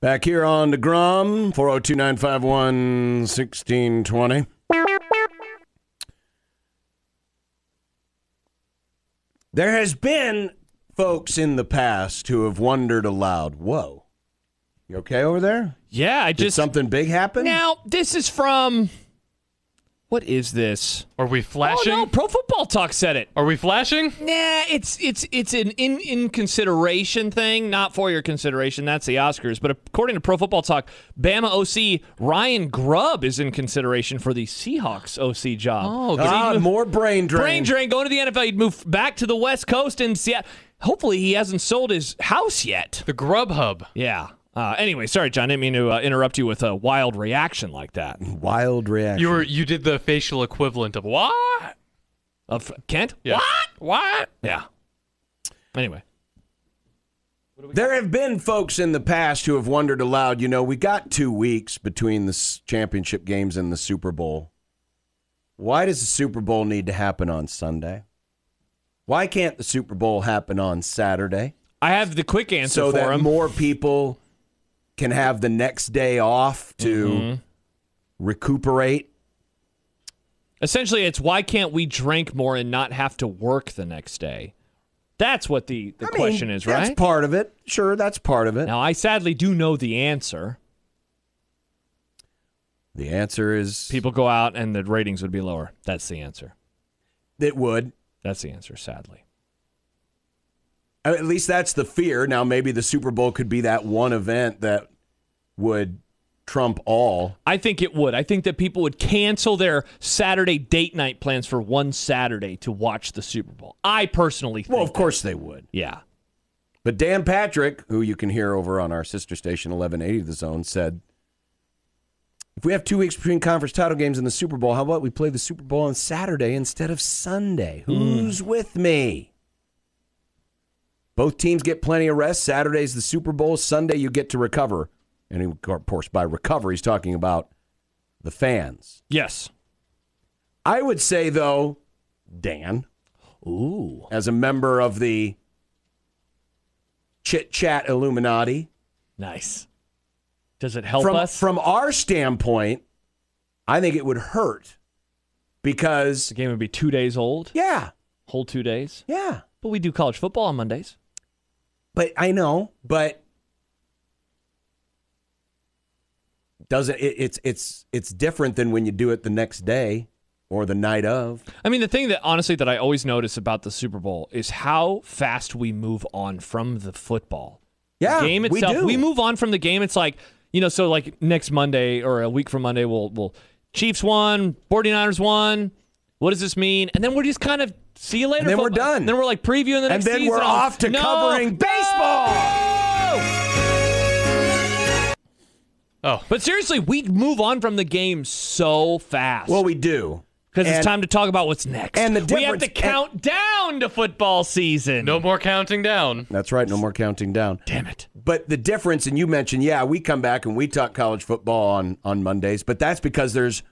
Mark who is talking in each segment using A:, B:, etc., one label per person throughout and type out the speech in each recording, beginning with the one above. A: Back here on the Grom, 402 951 1620. There has been folks in the past who have wondered aloud, whoa, you okay over there?
B: Yeah, I
A: Did
B: just
A: something big happen?
B: now this is from. What is this?
C: Are we flashing?
B: Oh no, Pro Football Talk said it.
C: Are we flashing?
B: Nah, it's it's it's an in in consideration thing, not for your consideration. That's the Oscars. But according to Pro Football Talk, Bama OC Ryan Grubb is in consideration for the Seahawks OC job. Uh,
C: Oh, good.
A: Ah, more brain drain.
B: brain drain going to the NFL. He'd move back to the West Coast and Seattle. Hopefully, he hasn't sold his house yet.
C: the Grubhub.
B: Yeah. Uh, anyway, sorry, John. Didn't mean to uh, interrupt you with a wild reaction like that.
A: Wild reaction.
C: You were you did the facial equivalent of what?
B: Of Kent?
C: Yeah.
B: What?
C: What?
B: Yeah. Anyway.
A: There have been folks in the past who have wondered aloud, you know, we got two weeks between the s- championship games and the Super Bowl. Why does the Super Bowl need to happen on Sunday? Why can't the Super Bowl happen on Saturday
B: I have the quick answer
A: so
B: for
A: that
B: him.
A: more people can have the next day off to
B: Mm-hmm.
A: recuperate?
B: Essentially, it's why can't we drink more and not have to work the next day? That's what the, the
A: I mean,
B: question is,
A: that's
B: right?
A: part of it. Sure, that's part of it.
B: now, I sadly do know the answer.
A: The answer is
B: People go out and the ratings would be lower. That's the answer.
A: it would.
B: That's the answer, sadly.
A: I mean, At least that's the fear. Now, maybe the Super Bowl could be that one event that would trump all.
B: I think it would. I think that people would cancel their Saturday date night plans for one Saturday to watch the Super Bowl. I personally think.
A: Well, of course they would.
B: Yeah.
A: But Dan Patrick, who you can hear over on our sister station 1180 The Zone, said if we have two weeks between conference title games and the Super Bowl, how about we play the Super Bowl on Saturday instead of Sunday? Who's with me? Both teams get plenty of rest. Saturday's the Super Bowl. Sunday, you get to recover. And he- of course, by recover, he's talking about the fans.
B: Yes.
A: I would say, though, Dan,
B: Ooh.
A: as a member of the chit chat Illuminati,
B: Nice. Does it help
A: from,
B: us?
A: from our standpoint, I think it would hurt because,
B: the game would be two days old,
A: yeah,
B: whole two days.
A: yeah.
B: But we do college football on Mondays.
A: But I know, but doesn't it, it's it's it's different than when you do it the next day or the night of.
B: I mean, the thing that honestly that I always notice about the Super Bowl is how fast we move on from the football.
A: Yeah,
B: the game
A: we
B: itself.
A: do.
B: move on from the game. It's like, you know, so like next Monday or a week from Monday, we'll, we'll Chiefs won, 49ers won. What does this mean? And then we're just kind of see you later.
A: then we're
B: football.
A: done.
B: then we're like previewing the
A: and
B: next
A: then we're
B: season.
A: off to
B: No!
A: covering baseball.
C: Oh,
B: But seriously, we move on from the game so fast.
A: Well, we do
B: because
A: and-
B: it's time to talk about what's next.
A: and the
B: we have
A: difference-
B: to count down to football season.
C: no more counting down.
A: That's right. No more counting down.
B: damn it.
A: But the difference, and you mentioned, yeah, we come back and we talk college football on on Mondays, but that's because there's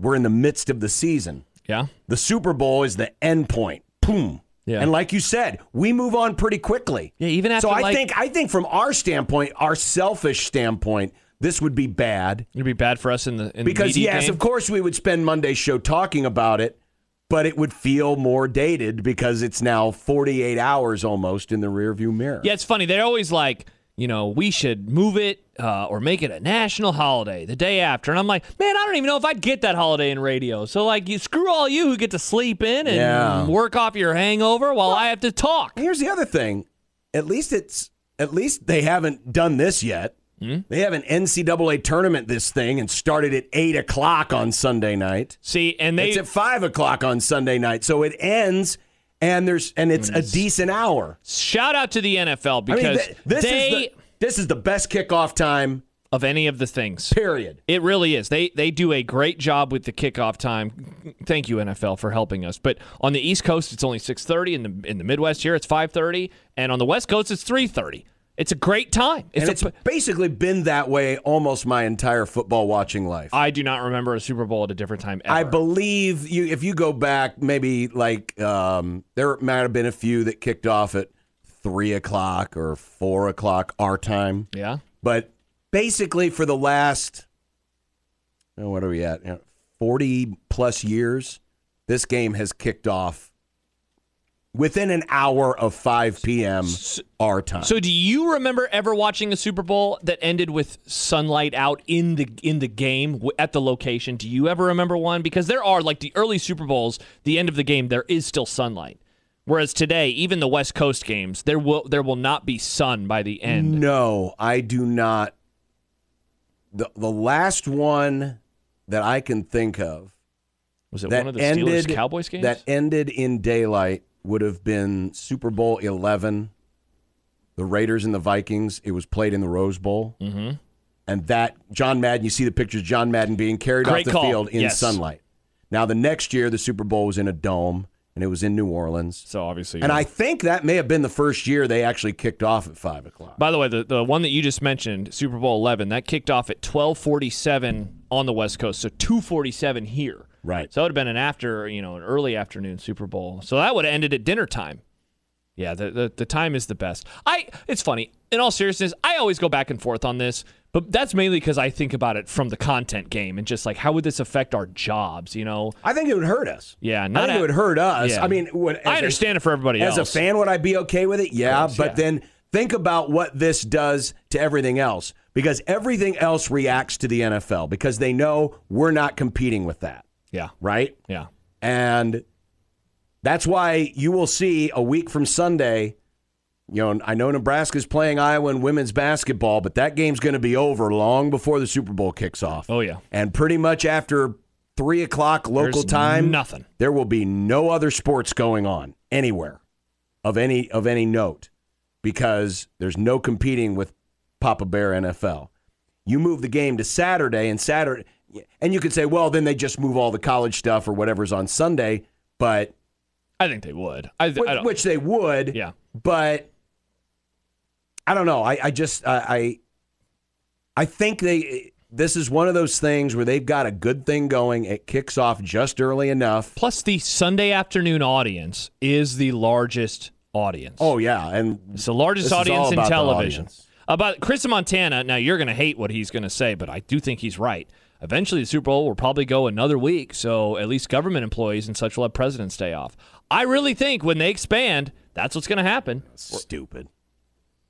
A: we're in the midst of the season.
B: Yeah.
A: The Super Bowl is the end point. Boom.
B: Yeah.
A: And like you said, we move on pretty quickly.
B: Yeah, even after,
A: So I
B: like-
A: think I think from our standpoint, our selfish standpoint, this would be bad
B: It'd be bad for us in the in
A: because
B: the media
A: yes,
B: game.
A: of course we would spend Monday's show talking about it, but it would feel more dated because it's now 48 hours almost in the rearview mirror.
B: Yeah, it's funny. They're always like, you know, we should move it uh, or make it a national holiday the day after. And I'm like, man, I don't even know if I'd get that holiday in radio. So like, you screw all you who get to sleep in and
A: Yeah.
B: work off your hangover while I have to talk.
A: Here's the other thing. At least it's at least they haven't done this yet.
B: Hmm?
A: They have an NCAA tournament this thing and started at eight o'clock on Sunday night.
B: See, and they
A: it's at five o'clock on Sunday night, so it ends and there's and it's a decent hour.
B: shout out to the NFL because
A: I mean, th- this
B: they
A: is the, this is the best kickoff time
B: of any of the things.
A: Period.
B: It really is. They they do a great job with the kickoff time. Thank you NFL for helping us. But on the East Coast it's only 6:30 in the in the Midwest here it's 5:30 and on the West Coast it's 3:30. It's a great time.
A: And
B: It's a
A: it's basically been that way almost my entire football watching life.
B: I do not remember a Super Bowl at a different time ever.
A: I believe you. If you go back, maybe like um, there might have been a few that kicked off at three o'clock or four o'clock our time,
B: yeah.
A: but basically for the last, oh, what are we at? Yeah, Forty plus years, this game has kicked off within an hour of five p.m. our time.
B: So do you remember ever watching a Super Bowl that ended with sunlight out in the in the game w- at the location? Do you ever remember one because there are like the early Super Bowls, the end of the game there is still sunlight. Whereas today, even the West Coast games, there will there will not be sun by the
A: Mm.
B: end.
A: No, I do not. The, the last one that I can think of
B: Was it
A: that
B: one of the
A: ended
B: Steelers Cowboys games?
A: that ended in daylight would have been Super Bowl eleven, the Raiders and the Vikings. It was played in the Rose Bowl, mm-hmm. and that John Madden. You see the pictures of John Madden being carried
B: Great
A: off the
B: call.
A: field in
B: Yes.
A: sunlight. Now the next year, the Super Bowl was in a dome, and it was in New Orleans.
B: so obviously
A: And I think that may have been the first year they actually kicked off at five o'clock.
B: By the way, the, the one that you just mentioned, Super Bowl eleven, that kicked off at twelve forty seven on the West Coast, so two forty seven here.
A: Right.
B: So it would have been an after, you know, an early afternoon Super Bowl. So that would have ended at dinner time. Yeah, the, the the time is the best. I it's funny. In all seriousness, I always go back and forth on this, but that's mainly because I think about it from the content game and just like how would this affect our jobs, you know?
A: I think it would hurt us.
B: Yeah,
A: I
B: not
A: think
B: at-
A: it would hurt us.
B: Yeah.
A: I mean, would, as
B: I understand it for everybody
A: a, as a
B: else.
A: fan. Would I be okay with it? Yeah,
B: course,
A: but
B: yeah.
A: then think about what this does to everything else because everything else reacts to the NFL because they know we're not competing with that,
B: Yeah.
A: right?
B: Yeah.
A: And that's why you will see a week from Sunday. You know, I know Nebraska's playing Iowa in women's basketball, but that game's going to be over long before the Super Bowl kicks off.
B: Oh, yeah.
A: and pretty much after three o'clock local
B: There's
A: time,
B: nothing.
A: There will be no other sports going on anywhere of any of any note because there's no competing with Papa Bear NFL. You move the game to Saturday and Saturday and you could say, well, then they just move all the college stuff or whatever's on Sunday, but
B: I think they would. I, th- I
A: which,
B: don't
A: which they would.
B: Yeah.
A: But I don't know. I, I just I I I think they this is one of those things where they've got a good thing going. It kicks off just early enough.
B: Plus, the Sunday afternoon audience is the largest audience.
A: Oh yeah, and
B: it's the largest
A: this is all
B: audience in
A: about the
B: television.
A: audience.
B: About Chris Montana. Now, you're going to hate what he's going to say, but I do think he's right. Eventually, the Super Bowl will probably go another week, so at least government employees and such will have President's Day off. I really think when they expand, that's what's going to happen.
A: stupid.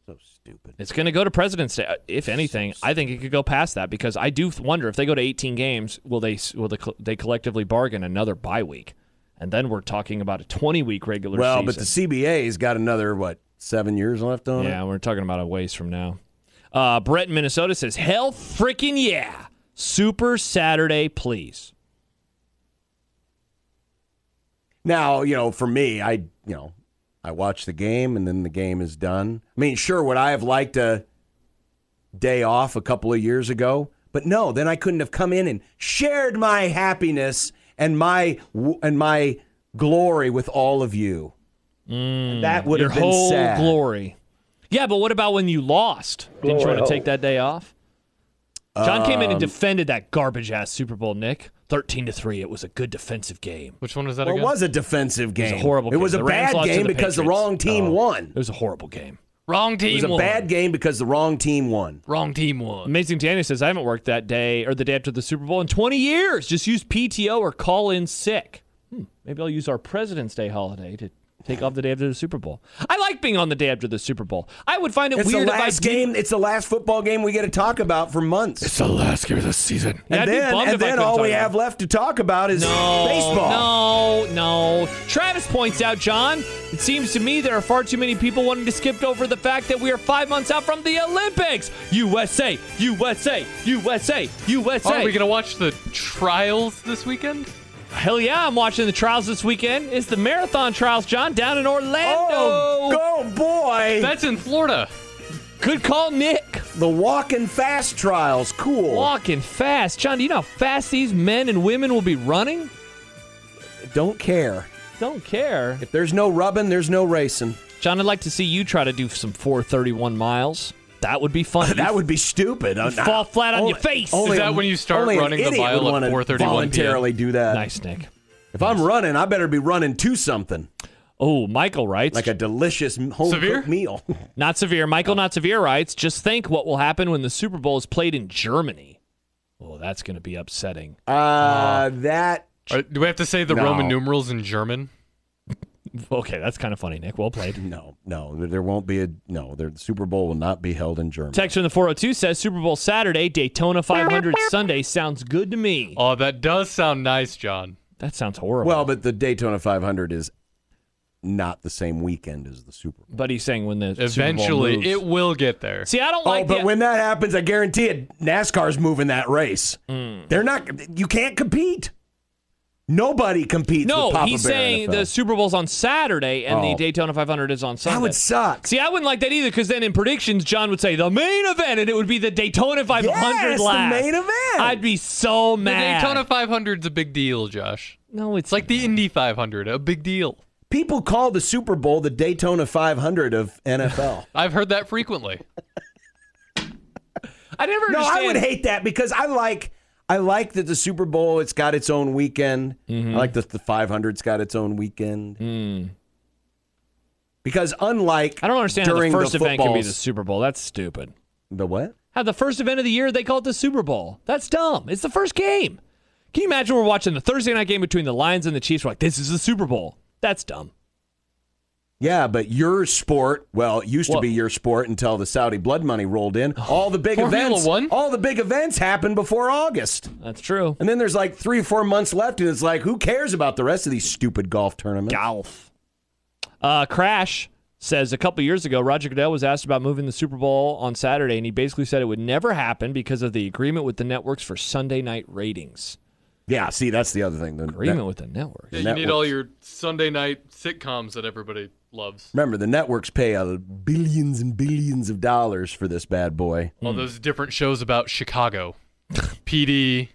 A: So stupid.
B: It's going to go to President's Day. Uh, If anything, I think it could go past that because I do wonder if they go to 18 games, will they will they, they collectively bargain another bye week? And then we're talking about a 20 week regular
A: Well,
B: season.
A: but the CBA's got another what seven years left on it.
B: Yeah, we're talking about a ways from now. Uh, Brett in Minnesota says, "Hell freaking yeah, Super Saturday, please."
A: Now you know, for me, I you know, I watch the game and then the game is done. I mean, sure, would I have liked a day off a couple of years ago? But no, then I couldn't have come in and shared my happiness and my and my glory with all of you. And that would
B: Mm. Your
A: have been
B: whole
A: sad.
B: glory. Yeah, but what about when you lost? Didn't you want to take that day off? John came
A: um,
B: in and defended that garbage ass Super Bowl, Nick. Thirteen to three. It was a good defensive game.
C: Which one was that
A: Well, it
C: again?
A: was a defensive game.
B: It was a horrible.
A: It was
B: game.
A: a
B: The Rams
A: bad
B: lost to
A: game
B: the
A: because the
B: Patriots.
A: wrong team
B: Oh,
A: won.
B: It was a horrible game.
C: Wrong
A: It
C: team
A: was a
C: won.
A: bad game because the wrong team won.
C: Wrong team won.
B: Amazing Daniel says I haven't worked that day or the day after the Super Bowl in 20 years. Just use PTO or call in sick. Hmm, maybe I'll use our President's Day holiday to take off the day after the Super Bowl. I like being on the day after the Super Bowl. I would find it
A: It's
B: weird
A: the last
B: if I
A: game. It's the last football game we get to talk about for months.
C: It's the last game of the season.
B: Yeah, I'd
A: and
B: be
A: then,
B: bummed
A: and
B: if I
A: then
B: couldn't
A: all
B: talk
A: we
B: about
A: have left to talk about is
B: No,
A: baseball.
B: No, no. Travis points out, John, it seems to me there are far too many people wanting to skip over the fact that we are five months out from the Olympics. USA, USA, USA, USA.
C: Are we gonna watch the trials this weekend?
B: Hell yeah, I'm watching the trials this weekend. It's the marathon trials, John, down in Orlando.
A: Oh, go boy!
C: That's in Florida.
B: Good call, Nick.
A: The walking fast trials, cool.
B: Walking fast. John, do you know how fast these men and women will be running?
A: Don't care.
B: Don't care.
A: If there's no rubbing, there's no racing.
B: John, I'd like to see you try to do some 431 miles. That would be fun.
A: That would be stupid.
C: Uh,
A: You
B: fall flat on your face.
C: Is that when you start
A: only an
C: running the
A: idiot
C: mile
A: would
C: at
A: wanna
C: 4:31 p.m.?
A: Voluntarily do that.
B: nice, Nick.
A: If I'm running, I better be running to something
B: Oh, Michael writes.
A: like a delicious home
C: Severe?
A: cooked meal.
B: not severe. Michael, not severe writes. Just think what will happen when the Super Bowl is played in Germany. Oh, that's going to be upsetting.
A: Uh, that
C: Are- do we have to say the
A: No.
C: Roman numerals in German?
B: Okay, that's kind of funny, Nick. Well played.
A: no, no, there- there won't be a no. There, the Super Bowl will not be held in Germany.
B: Text from the 402 says Super Bowl Saturday, Daytona 500 Sunday sounds good to me.
C: Oh, that does sound nice, John.
B: That sounds horrible.
A: well, but the Daytona 500 is not the same weekend as the Super Bowl.
B: but he's saying when the Super Bowl
C: Eventually,
B: moves.
C: it will get there.
B: See, I don't
A: Oh,
B: like
A: but
B: the-
A: when that happens, I guarantee it. NASCAR's moving that race.
B: Hmm.
A: They're not. You can't compete. Nobody competes.
B: No,
A: with Papa
B: he's
A: Bear
B: saying
A: NFL.
B: the Super Bowl's on Saturday and the
A: Oh.
B: Daytona 500 is on Sunday.
A: That would suck.
B: See, I wouldn't like that either because then in predictions, John would say the main event and it would be the Daytona 500
A: Yes, the
B: last.
A: main event.
B: I'd be so
C: the
B: mad.
C: Daytona 500's a big deal, Josh.
B: No, it's
C: It's like the Indy 500, a big deal.
A: People call the Super Bowl the Daytona 500 of NFL.
C: I've heard that frequently.
B: I never
A: no,
B: understand.
A: I would hate that because I like I like that the Super Bowl it's got its own weekend.
B: Mm-hmm.
A: I like that the 500's got its own weekend. Because unlike
B: Hmm. I don't understand how the
A: during
B: first event can be
A: footballs-
B: the Super Bowl. That's stupid.
A: the what?
B: How the first event of the year they call it the Super Bowl. That's dumb. It's the first game. Can you imagine we're watching the Thursday night game between the Lions and the Chiefs? We're like, this is the Super Bowl. That's dumb.
A: Yeah, but your sport, well, it used
B: What?
A: to be your sport until the Saudi blood money rolled in. All the big
C: Formula
A: events,
C: One?
A: all the big events happen before August.
B: That's true.
A: And then there's like 3 or 4 months left and it's like who cares about the rest of these stupid golf tournaments?
B: Golf. Uh, Crash says a couple years ago, Roger Goodell was asked about moving the Super Bowl on Saturday, and he basically said it would never happen because of the agreement with the networks for Sunday night ratings.
A: Yeah, see, that's the other thing. The,
B: Agreement
A: that-
B: with the networks.
C: Yeah, you need all your Sunday night sitcoms that everybody loves.
A: remember, the networks pay uh, billions and billions of dollars for this bad boy.
C: All those different shows about Chicago, PD.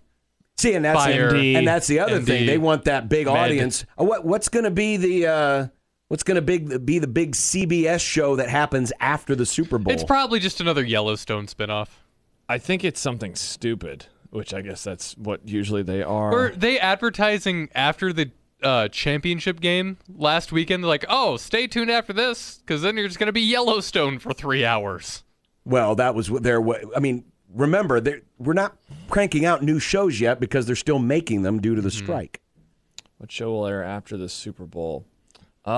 A: See, and that's
C: Fire.
B: MD.
A: and that's the other
C: MD.
A: thing. They want that big
C: Med.
A: audience. Uh, What what's going to be the uh, what's going to big be the big CBS show that happens after the Super Bowl?
C: It's probably just another Yellowstone spinoff.
B: I think it's something stupid, which I guess that's what usually they are.
C: Were they advertising after the uh, championship game last weekend? They're like, oh, stay tuned after this, because then you're just going to be Yellowstone for three hours.
A: well, that was what their way. I mean, remember, they're- we're not cranking out new shows yet because they're still making them due to the
B: Hmm.
A: strike.
B: What show will air after the Super Bowl? Uh,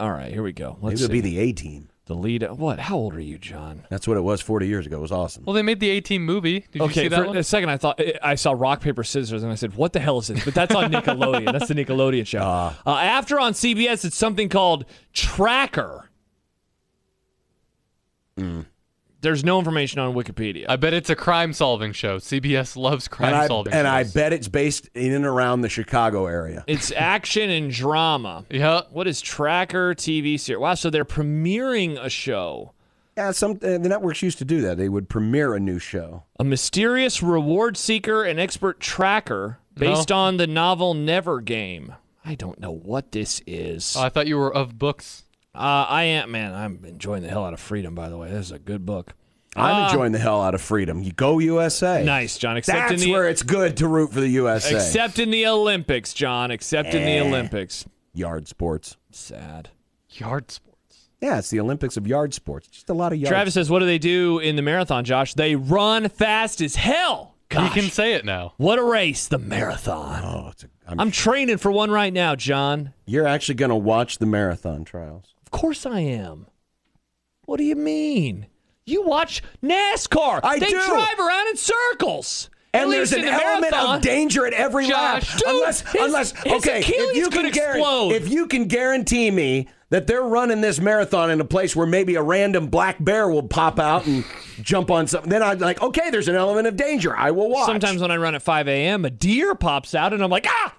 B: all right, here we go. Let's
A: Maybe it'll
B: see.
A: be the A team.
B: the lead. What? How old are you, John?
A: That's what it was 40 years ago. It was awesome.
C: Well, they made the A Team movie. Did you
B: Okay,
C: see
B: for
C: that one?
B: a second I thought I saw rock paper scissors and I said, "What the hell is this?" But that's on Nickelodeon. that's the Nickelodeon show.
A: Ah.
B: Uh, after on CBS, it's something called Tracker.
A: Hmm.
B: There's no information on Wikipedia.
C: I bet it's a crime-solving show. CBS loves
A: And I,
C: crime-solving.
A: and I
C: shows.
A: bet it's based in and around the Chicago area.
B: it's action and drama.
C: Yeah.
B: What is Tracker TV series? Wow, so they're premiering a show.
A: Yeah, some uh, the networks used to do that. They would premiere a new show.
B: A mysterious reward seeker and expert tracker based
C: Uh-huh.
B: on the novel Never Game. I don't know what this is.
C: Oh, I thought you were of books.
B: Uh, I am man. I'm enjoying the hell out of Freedom. By the way, this is a good book.
A: I'm enjoying the hell out of freedom. You go USA.
B: Ah. Nice, John. Except in
A: That's
B: the
A: where it's good to root for the USA.
B: except in the Olympics, John. Except in the Olympics.
A: yard sports.
B: Sad.
C: Yard sports.
A: Yeah, it's the Olympics of yard sports. Just a lot of yard.
B: Travis says, "What do they do in the marathon, Josh? They run fast as hell. Gosh,
C: You can say it now.
B: what a race, the marathon.
A: Oh, it's a, I'm,
B: I'm training for one right now, John.
A: you're actually going to watch the marathon trials.
B: Of course I am. What do you mean? You watch NASCAR.
A: I
B: they
A: do.
B: drive around in circles. At
A: And
B: least
A: there's an
B: in the
A: element
B: marathon,
A: of danger at every
C: Josh,
A: lap,
B: dude,
A: unless
B: his-
A: unless
B: his
A: okay,
B: Achilles
A: if you
B: could
A: can guarantee,
B: explode.
A: if you can guarantee me that they're running this marathon in a place where maybe a random black bear will pop out and jump on something, then I'd like, okay, there's an element of danger. I will watch.
B: Sometimes when I run at 5 a.m., a deer pops out, and I'm like, ah!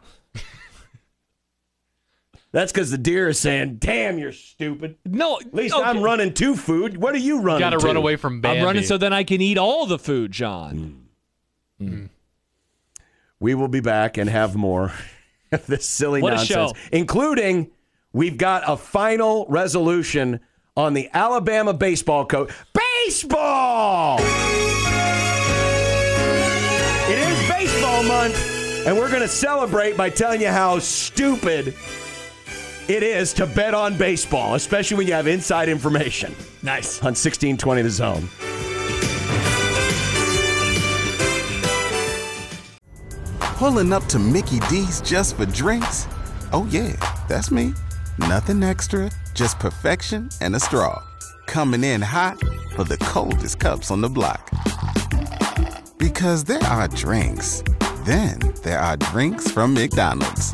A: That's because the deer is saying, "Damn, you're stupid."
B: No,
A: At least I'm running to food. What are you running?
C: Got to run
A: to?
C: away from Bambi.
B: I'm running so then I can eat all the food, John.
A: We will be back and have more of this silly
B: What a
A: nonsense,
B: show.
A: including we've got a final resolution on the Alabama baseball coach. Baseball! It is baseball month, and we're going to celebrate by telling you how stupid it is to bet on baseball, especially when you have inside information. Nice. On 1620 The Zone.
D: Pulling up to Mickey D's just for drinks? Oh, yeah, that's me. Nothing extra, just perfection and a straw. Coming in hot for the coldest cups on the block. Because there are drinks, then there are drinks from McDonald's.